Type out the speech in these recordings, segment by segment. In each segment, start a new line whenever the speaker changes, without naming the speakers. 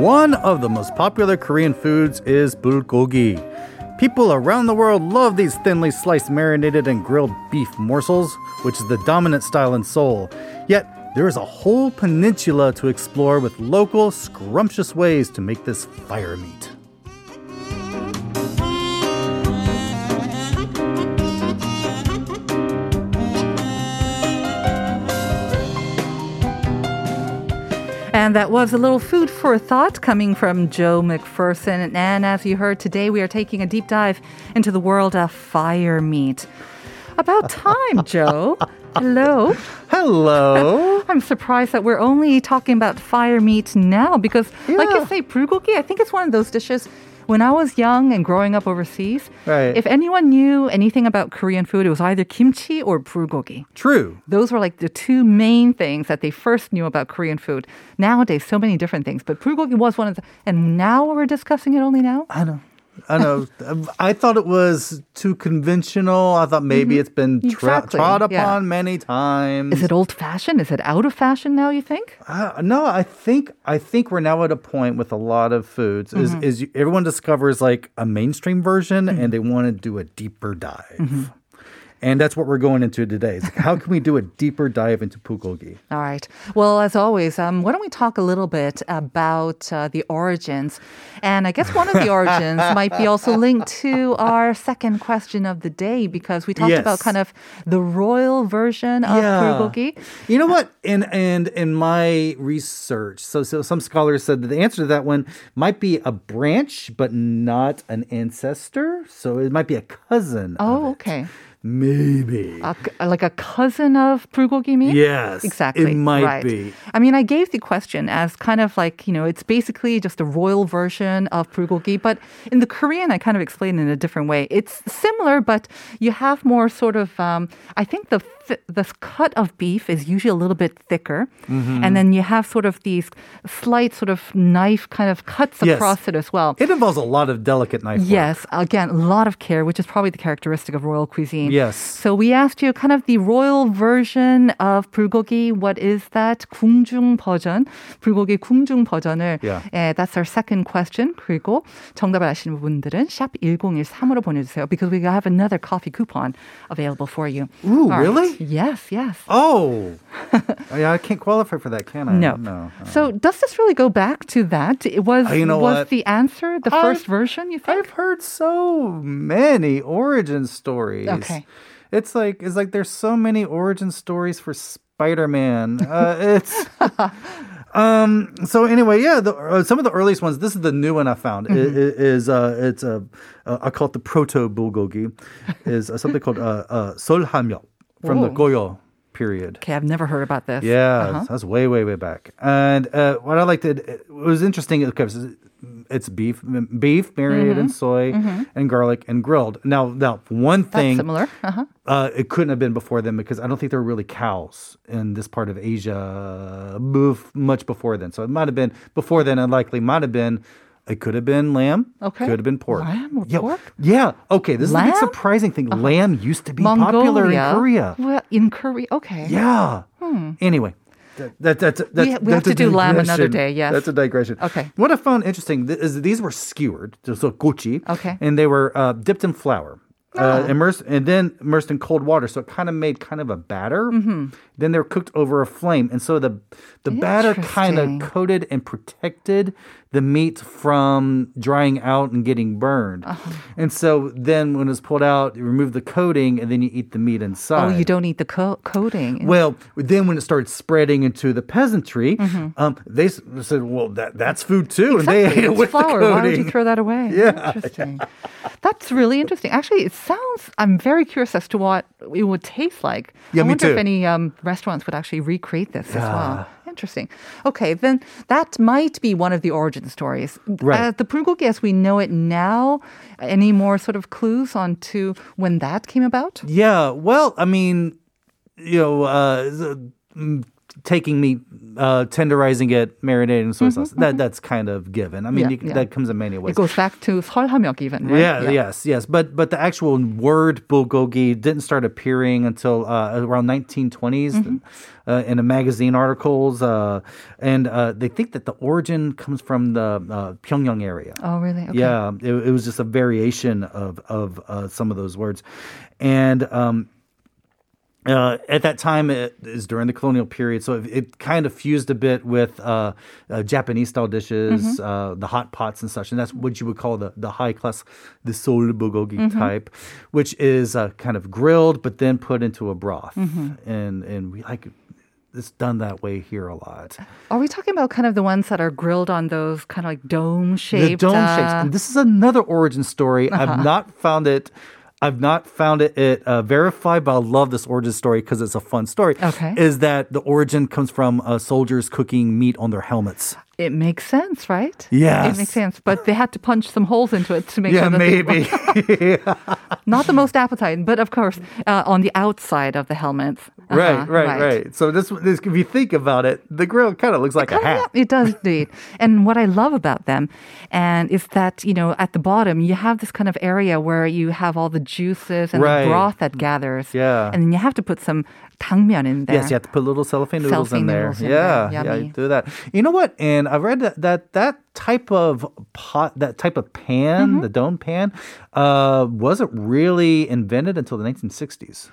One of the most popular Korean foods is bulgogi. People around the world love these thinly sliced marinated and grilled beef morsels, which is the dominant style in Seoul. Yet, there is a whole peninsula to explore with local, scrumptious ways to make this fire meat.
And that was a little food for thought coming from Joe McPherson. And as you heard today, we are taking a deep dive into the world of fire meat. About time, Joe. Hello.
Hello!
I'm surprised that we're only talking about fire meat now because, like you say, bulgogi, I think it's one of those dishes. When I was young and growing up overseas,
Right.
if anyone knew anything about Korean food, it was either kimchi or bulgogi.
True.
Those were like the two main things that they first knew about Korean food. Nowadays, so many different things, but bulgogi was one of the. And now we're discussing it only now.
I know. I know. I thought it was too conventional. I thought maybe it's been tra-
Exactly,
trod upon
yeah.
many times.
Is it old fashioned? Is it out of fashion now? You think?
Uh, no, I think I think we're now at a point with a lot of foods is
Mm-hmm.
is you, everyone discovers like a mainstream version and they want to do a deeper dive.
Mm-hmm.
And that's what we're going into today. Is like, how can we do a deeper dive into bulgogi?
All right. Well, as always, um, why don't we talk a little bit about uh, the origins? And I guess one of the origins might be also linked to our second question of the day because we talked
Yes.
about kind of the royal version of bulgogi.
You know what? And and in my research, so so some scholars said that the answer to that one might be a branch, but not an ancestor. So it might be a cousin. of
Oh,
it.
okay. Uh,
Maybe.
A c- like a cousin of bulgogi meat?
yes. It
Exactly.
might
right.
be.
I mean, I gave the question as kind of like, you know, it's basically just a royal version of bulgogi, but in the Korean, I kind of explained it in a different way. It's similar, but you have more sort of, um, I think the th- the cut of beef is usually a little bit thicker,
Mm-hmm.
and then you have sort of these slight sort of knife kind of cuts
Yes.
across it as well.
It involves a lot of delicate knife work.
Yes, again, a lot of care, which is probably the characteristic of royal cuisine.
Yes.
So we asked you kind of the royal version of bulgogi. What is that? 궁중 버전. 불고기 궁중 버전을.
Yeah.
예, that's our second question. 그리고 정답을 아시는 분들은 샵 1013으로 보내주세요. Because we have another coffee coupon available for you.
Ooh,
All right.
really?
Yes, yes.
Oh, Oh, yeah, I can't qualify for that, can I?
No.
No.
So does this really go back to that? It was
Uh, you know
was
what?
the answer the
I-
first version? You think?
I've heard so many origin stories.
Okay.
It's like it's like there's so many origin stories for Spider-Man. Uh, it's um. So anyway, yeah. The, uh, some of the earliest ones. This is the new one I found. i- i-
Mm-hmm.
is uh, it's a uh, I call it the proto bulgogi, is uh, something called uh, uh, solhamyeok from the
Ooh.
Goryeo period.
Okay, I've never heard about this.
Yeah,
Uh-huh.
that's way, way, way back. And uh, what I liked, it, it was interesting because it's beef, m- beef marinated in soy and garlic and grilled. Now, now one
Mm-hmm. That's
thing,
similar. Uh-huh.
uh, it couldn't have been before then because I don't think there were really cows in this part of Asia bef- much before then. So it might have been before then. Unlikely, might have been. It could have been lamb.
Okay.
Could have been pork.
Lamb or
yeah,
pork?
Yeah. Okay. This is a big
Lamb? Uh-huh.
surprising thing. Lamb used to be popular in Korea.
Well, in Korea, okay.
Yeah. Anyway. That, that, that's that's
Mm-hmm. Hmm. We- we have
that's a
to do lamb another
digression.
day, yes.
That's a digression.
Okay.
What I found interesting th- is these were skewered, so- so gochi.
Okay. Ah.
And they were uh, dipped in flour. Uh, immersed and then immersed in cold water, so it kind of made kind of a batter.
Mm-hmm.
Then they're cooked over a flame, and so the the batter kind
Interesting.
of coated and protected the meat from drying out and getting burned.
Uh-huh.
And so then when it's pulled out, you remove the coating, and then you eat the meat
Oh,
inside.
you don't need the co- coating.
Well, then when it started spreading into the peasantry,
Mm-hmm.
um, they s- said, "Well, that that's food too," and they ate
Exactly,
it
it's
with
flour.
the
Why would
coating.
you throw that away?
Yeah,
Interesting. That's really interesting. Actually, it sounds. I'm very curious as to what it would taste like.
Yeah,
I
me
wonder
too.
if any um, restaurants would actually recreate this as well. Interesting. Okay, then that might be one of the origin stories.
Right.
Uh, the bulgogi as we know it now. Any more sort of clues on to when that came about?
Yeah. Well, I mean, you know, uh, the- mm, taking meat, uh, tenderizing it, marinating in soy sauce. That that's kind of given. I mean,
Mm-hmm. Yeah,
you, c-
yeah.
that comes in many ways.
It goes back to 설함역 even, right?
Yeah, yes, yes. But but the actual word bulgogi didn't start appearing until uh, around 1920s uh, in a magazine articles, uh, and uh, they think that the origin comes from the uh, Pyongyang area.
Oh, really? Okay.
Yeah, it, it was just a variation of of uh, some of those words, and um, uh, at that time it is during the colonial period, so it, it kind of fused a bit with uh, uh, Japanese style dishes, uh, the hot pots and such, and that's what you would call the the high class, the soul bulgogi type, which is uh, kind of grilled but then put into a broth, and and we like. It's done that way here a lot.
Are we talking about kind of the ones that are grilled on those kind of like dome
The
shaped? uh, Uh-huh.
dome shapes. And this is another origin story. I've not found it. I've not found it, it uh, verified, but I love this origin story because it's a fun story.
Okay.
Is that the origin comes from uh, soldiers cooking meat on their helmets?
it makes sense, right?
Yes.
It makes sense. But they had to punch some holes into it to make
Yeah,
sure that they-
maybe.
not the most appetizing, but of course, uh, on the outside of the helmets. Uh-huh,
right, right, right. So this, this, if you think about it, the grill kind of looks like a hat.
Yeah, it does indeed. and what I love about them and is that, you know, at the bottom you have this kind of area where you have all the juices and
Right.
the broth that gathers.
Yeah.
And then you have to put some tangmyeon in there.
Yes, you have to put little cellophane noodles
Cellophane
in there.
noodles in
yeah,
there.
yeah, you
Yummy.
do that. You know what? And I read that that, that type of pot, that type of pan,
Mm-hmm.
the dome pan, uh, wasn't really invented until the 1960s.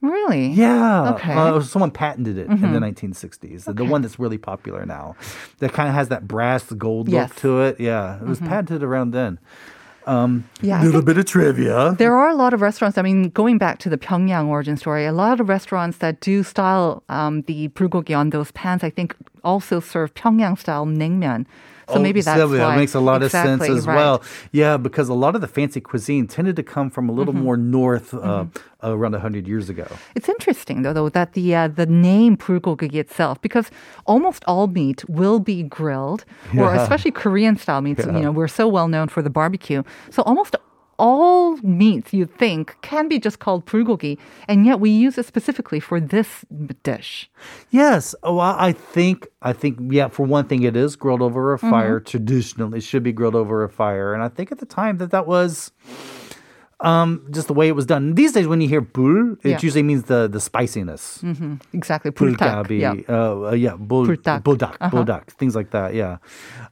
Really?
Yeah.
Okay. Mm-hmm.
Uh, someone patented it in the 1960s. The- The one that's really popular now, that kind of has that brass gold
Yes.
look to it. Yeah, it was patented around then.
Yeah. I
little
think
bit of trivia.
there are a lot of restaurants. I mean, going back to the Pyongyang origin story, a lot of restaurants that do style um, the bulgogi on those pans, I think, also serve Pyongyang style naengmyeon. So
Oh,
maybe that's
so that
why.
makes a lot of
Exactly,
sense as
right.
well. Yeah, because a lot of the fancy cuisine tended to come from a little more
Mm-hmm.
north uh, around 100 years ago.
It's interesting though, though that the uh, the name bulgogi itself, because almost all meat will be grilled, or especially Korean style meats. You know, we're so well known for the barbecue, so almost. All meats you think can be just called bulgogi, and yet we use it specifically for this dish.
Yes. Oh, I I think I think yeah. For one thing, it is grilled over a
Mm-hmm.
fire. Traditionally, it should be grilled over a fire, and I think at the time that that was. Um, just the way it was done. These days, when you hear bul, it
Yeah.
usually means the the spiciness.
Exactly, bultak.
Bulgabi,
Yeah. Uh-huh.
uh, uh, yeah, bul,
Pultak.
buldak, buldak, things like that. Yeah,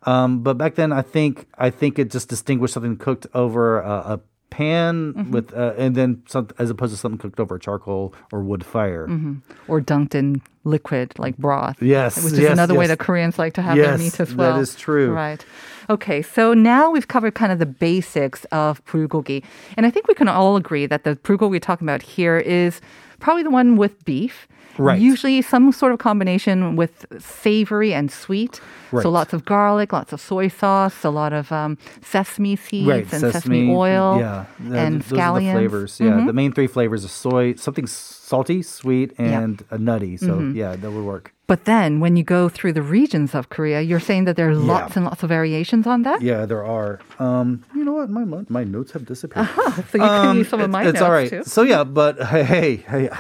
um, but back then, I think I think it just distinguished something cooked over a, a pan
Mm-hmm.
with, uh, and then some, as opposed to something cooked over charcoal or wood fire.
Mm-hmm. or dunked in liquid like broth.
Yes,
which is
yes,
another way
yes.
that Koreans like to have their
Yes,
meat as
that
well.
is true.
Right. Okay, so now we've covered kind of the basics of bulgogi, and I think we can all agree that the bulgogi we're talking about here is probably the one with beef.
Right.
Usually some sort of combination with savory and sweet.
Right.
So lots of garlic, lots of soy sauce, a lot of um, sesame seeds
Right,
and sesame, oil
Yeah, th-
and
th- those are the
scallions. Mm-hmm.
flavors. Yeah, the main three flavors are soy, something s- salty, sweet,
Yeah. Mm-hmm.
and uh nutty. So yeah, that would work.
But then when you go through the regions of Korea, you're saying that there are
Yeah.
lots and lots of variations on that?
Yeah, there are. Um, you know what? My mo- my notes have disappeared.
So you can use some of
Um, It's-
my
it's
notes
all right.
too.
So yeah, but hey, hey, hey,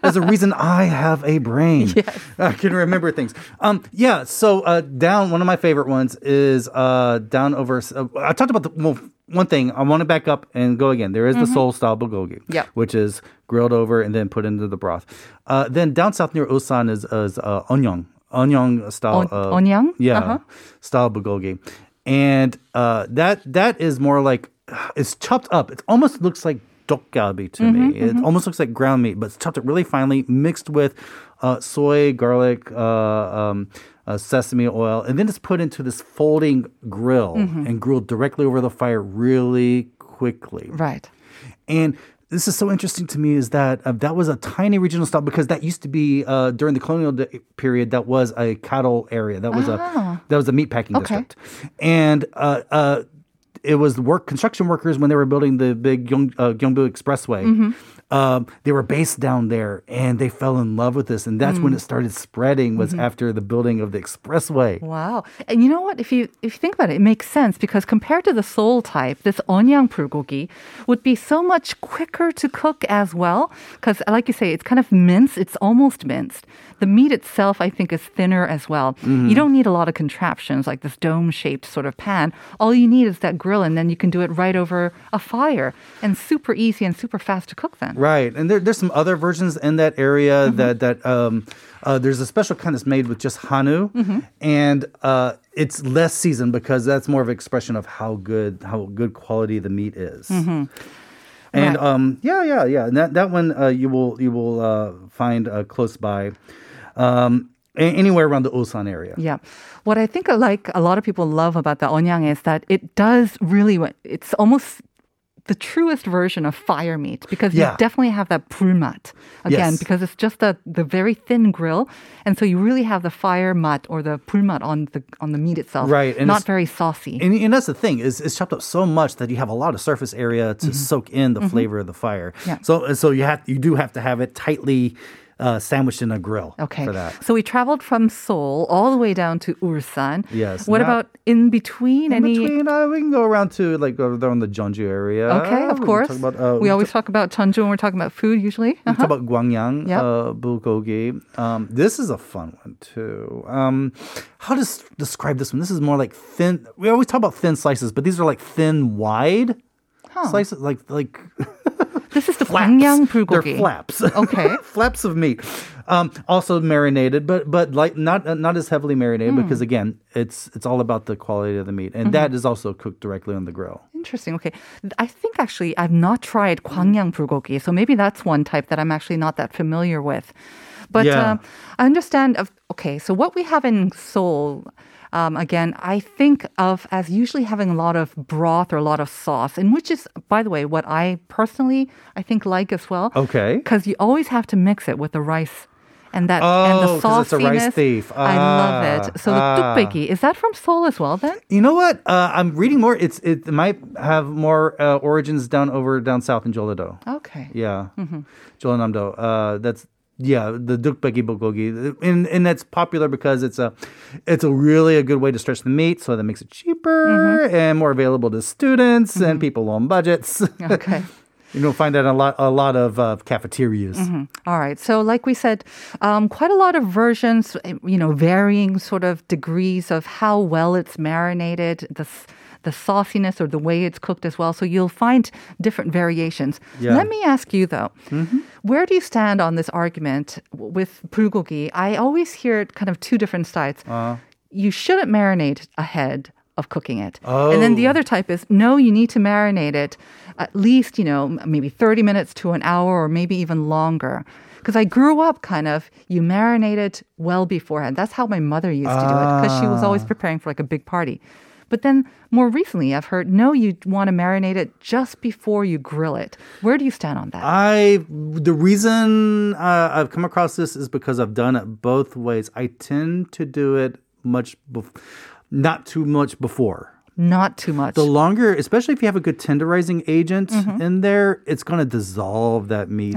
there's a reason I have a brain. I can remember things. Um, yeah. So uh, down. One of my favorite ones is uh, down over. Uh, I talked about the well, one thing. I want to back up and go again. There is the soul style bulgogi,
Mm-hmm. Yep.
which is grilled over and then put into the broth. Uh, then down south near Osan is is uh, onyong. Onyong style.
On- onyang?
Yeah
Uh-huh.
style bulgogi, and uh, that that is more like it's chopped up. It almost looks like dokgabi to me. It almost looks like ground meat, but it's chopped up really finely, mixed with uh, soy, garlic, uh, um, uh, sesame oil, and then it's put into this folding grill and grilled directly over the fire really quickly.
Right.
And this is so interesting to me is that uh, that was a tiny regional stop because that used to be uh, during the colonial de- period. That was a cattle area. That was a that was a meatpacking
Okay.
district, and uh, uh, it was work construction workers when they were building the big Gyeong, uh, Gyeongbu Expressway. um, they were based down there and they fell in love with this. And that's when it started spreading was after the building of the expressway.
Wow. And you know what? If you if you think about it, it makes sense because compared to the Seoul type, this onyang bulgogi would be so much quicker to cook as well. Because like you say, it's kind of minced. It's almost minced. The meat itself, I think, is thinner as well. You don't need a lot of contraptions like this dome-shaped sort of pan. All you need is that grill, and then you can do it right over a fire, and super easy and super fast to cook. Then.
Right, and there, there's some other versions in that area that that um, uh, there's a special kind that's made with just hanu, and uh, it's less seasoned because that's more of an expression of how good how good quality the meat is. And
Right.
um, yeah, yeah, yeah. And that that one uh, you will you will uh, find uh, close by, um, a- anywhere around the Ulsan area.
Yeah. What I think uh, like a lot of people love about the onyang is that it does really what- it's almost the truest version of fire meat because
Yeah.
you definitely have that prumat again
Yes.
because it's just the, the very thin grill and so you really have the fire mat or the prumat on the on the meat itself
Right, and it's-
not very saucy
And, and that's the thing is it's chopped up so much that you have a lot of surface area to soak in the flavor of the fire.
Mm-hmm. Yeah.
So uh, so you have you do have to have it tightly uh, sandwiched in a grill.
okay
For that.
so we traveled from Seoul all the way down to Ulsan
Yes,
what
not-
about in between
In
any
between, uh, we can go around to like over there on the Jeonju area.
okay
We
of
can
course
Talk about, uh, we
we always talk about Jeonju when we're talking about food usually
We talk about Gwangyang,
Yep.
uh, bulgogi. Um, this is a fun one too. Um, how to s- describe this one? This is more like thin. We always talk about thin slices, but these are like thin, wide slices, like like
This is the
flaps.
Gwangyang
They're
bulgogi.
flaps.
Okay.
flaps of meat. Um, also marinated, but but like not uh, not as heavily marinated because again, it's it's all about the quality of the meat, and that is also cooked directly on the grill.
Interesting. Okay. I think actually I've not tried Gwangyang bulgogi, so maybe that's one type that I'm actually not that familiar with. But
Yeah.
um, I understand. Of, okay, so what we have in Seoul, um, again, I think of as usually having a lot of broth or a lot of sauce, and which is, by the way, what I personally I think like as well.
Okay.
Because you always have to mix it with the rice. And that and
Oh,
the
'cause it's a rice
sauciness.
thief.
I love
Ah,
it. So the
ah.
tukbeki is that from Seoul as well? Then
You know what? Uh, I'm reading more. It's it might have more uh, origins down over down south in Jolado.
okay.
Yeah, Jolanamdo. Uh, that's yeah, the dukbeki bulgogi, and and that's popular because it's a it's a really a good way to stretch the meat, so that makes it cheaper and more available to students and people on budgets.
Okay.
you know, find that in a lot a lot of uh, cafeterias.
Mm-hmm. All right. So, like we said, um, quite a lot of versions, you know, varying sort of degrees of how well it's marinated, the, s- the sauciness or the way it's cooked as well. So, you'll find different variations.
Yeah.
Let me ask you, though, where do you stand on this argument w- with bulgogi? I always hear it kind of two different sides. You shouldn't marinate ahead of cooking it. And then the
Oh.
other type is no, you need to marinate it at least, you know, m- maybe 30 minutes to an hour or maybe even longer. Because I grew up kind of, you marinate it well beforehand. That's how my mother used to do it because she was
Ah.
always preparing for like a big party. But then more recently, I've heard no, you want to marinate it just before you grill it. Where do you stand on
Ah,
that?
I the reason uh, I've come across this is because I've done it both ways. I tend to do it much, bef- not too much before.
Not too much.
The longer, especially if you have a good tenderizing agent
Mm-hmm.
in there, it's going to dissolve that meat,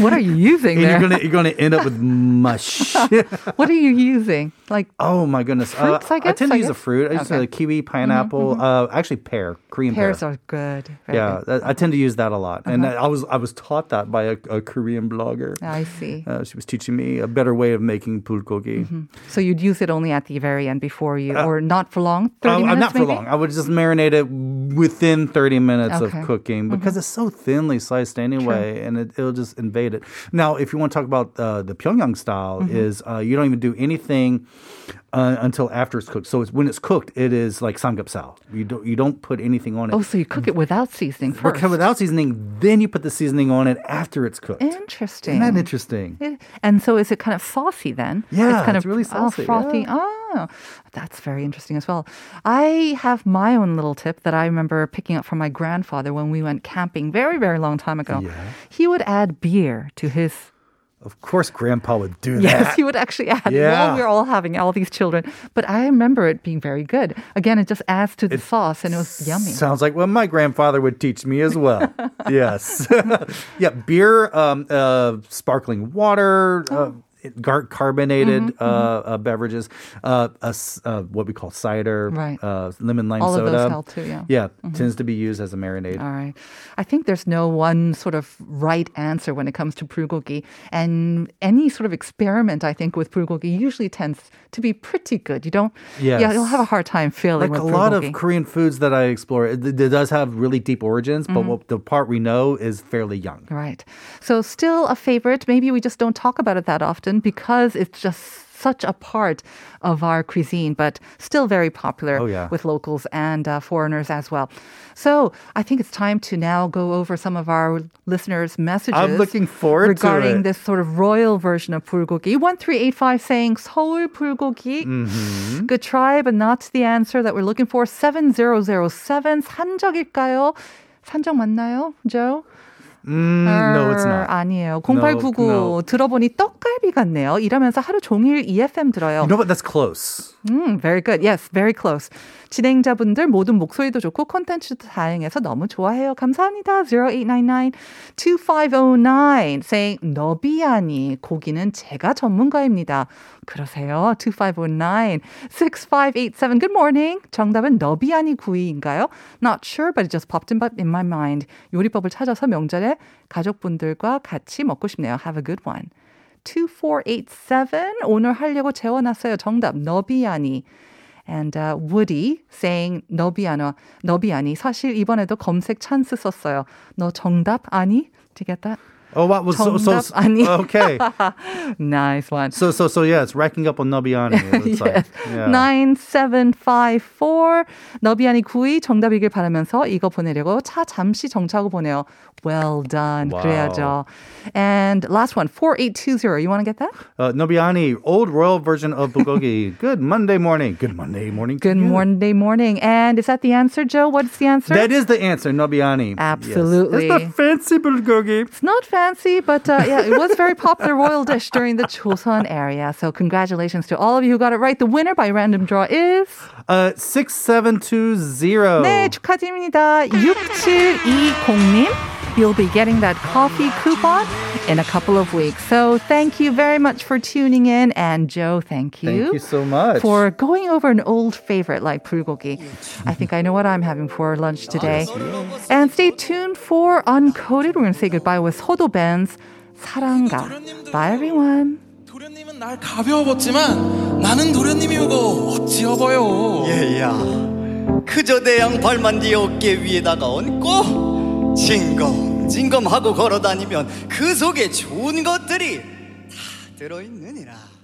what are you using
and you're
there?
gonna you're gonna end up with mush.
what are you using? Like,
oh my goodness!
Fruits, I guess,
tend to
I
use a
guess?
fruit. I use
Okay. Mm-hmm,
a kiwi, pineapple, uh, actually pear, Korean pear.
pears are Uh-huh. good. Very
yeah, that, I tend to use that a lot, and I was I was taught that by a, a Korean blogger.
good. I see.
Uh, she was teaching me a better way of making bulgogi.
Mm-hmm. So you'd use it only at the very end before you, or not for long,
I-
thirty
I-
minutes
Uh, Oh, um, not for
maybe?
long. I would just marinate it within 30 minutes
Okay. Mm-hmm.
of cooking because it's so thinly sliced anyway, and it, it'll just invade it. Now, if you want to talk about uh, the Pyongyang style,
Mm-hmm.
is uh, you don't even do anything uh, until after it's cooked. So it's, when it's cooked, it is like samgyeopsal. You don't you don't put anything on it.
Oh, so you cook it without seasoning
Or
first.
cook without seasoning, then you put the seasoning on it after it's cooked.
Interesting.
Isn't that interesting?
It- and so is it kind of saucy then?
Yeah,
it's kind
it's
of
really
oh,
saucy,
frothy.
yeah.
Oh, that's very interesting as well. I have my own little tip that I remember picking up from my grandfather when we went camping very, very long time ago.
Yeah.
He would add beer to his
Of course, Grandpa would do
Yes,
that.
he would actually add
Yeah.
while we were all having all these children. But I remember it being very good. Again, it just adds to the sauce and it was yummy.
Sounds like what my grandfather would teach me as well. yes. yeah, beer, um, uh, sparkling water, uh,
Oh.
gar- carbonated
Mm-hmm,
uh, uh, beverages, uh, a s- uh, what we call cider,
Right.
uh, lemon lime
All of
soda.
those help too, yeah. Mm-hmm.
Yeah, tends to be used as a marinade.
All right. I think there's no one sort of right answer when it comes to bulgogi. And any sort of experiment, I think, with bulgogi usually tends to be pretty good. You don't, yeah,
Yes.
you'll have a hard time failing
like
with
a lot of
bulgogi.
Korean foods that I explore, it, it does have really deep origins,
Mm-hmm.
but what, the part we know is fairly young.
Right. So, still a favorite. Maybe we just don't talk about it that often because it's just such a part of our cuisine, but still very popular
Oh, yeah.
with locals and uh, foreigners as well. So, I think it's time to now go over some of our listeners' messages.
looking forward to
regarding
it.
this sort of royal version of bulgogi. 1385 saying Seoul bulgogi.
Mm-hmm.
Good try, but not the answer that we're looking for. 7007 산적일까요? 산적 맞나요, Joe?
no, it's not.
아니에요. 0899
no.
들어보니 떡갈비 같네요. 이러면서 하루 종일 EFM 들어요.
You know what? That's close.
음, very good. Yes, very close. 진행자분들 모든 목소리도 좋고 콘텐츠도 다양해서 너무 좋아해요. 감사합니다. 0899-2509 saying 너비아니 고기는 제가 전문가입니다. 그러세요. 2509-6587 Good morning. 정답은 너비아니 구이인가요? Not sure, but it just popped in, in my mind. 요리법을 찾아서 명절에 가족분들과 같이 먹고 싶네요. Have a good one. 2487 오늘 하려고 재워놨어요. 정답 너비아니. And uh, Woody saying 너비아너 너비아니 사실 이번에도 검색 찬스 썼어요. 너 정답 아니? Did you get that?
Oh, what was so, so,
정답 아니.
okay?
Nice one.
So, so, so, yeah, it's racking up on Nobiani. It looks like. Yeah.
9754 너비아니 구이 정답이길 바라면서 이거 보내려고 차 잠시 정차하고 보내요. Well done.
Wow.
그래야죠. And last one 4820. You want to get that?
Uh, Nobiani, old royal version of bulgogi. Good Monday morning. Good Monday morning. to
Good
you.
Monday morning. And is that the answer, Joe? What's the answer?
That is the answer, Nobiani. Yes.
Absolutely.
It's the fancy bulgogi.
it's not fancy, but uh, yeah, it was very popular royal dish during the Chosun area. So congratulations to all of you who got it right. The winner by random draw is
Uh, 67220.
네 축하드립니다. 6720님. You'll be getting that coffee coupon in a couple of weeks. So thank you very much for tuning in, and Joe, thank you.
Thank you so much.
for going over an old favorite like bulgogi. I think I know what I'm having for lunch today. And stay tuned for Uncoded. We're going to say goodbye with Hodo Ben's 사랑가. Bye, everyone.
도련님은 날 가벼워봤지만 나는 도련님이고 어찌여봐요
예. 얘야 그저 내 양팔만 네 어깨 위에다가 얹고 징검징검하고 걸어다니면 그 속에 좋은 것들이 다 들어있느니라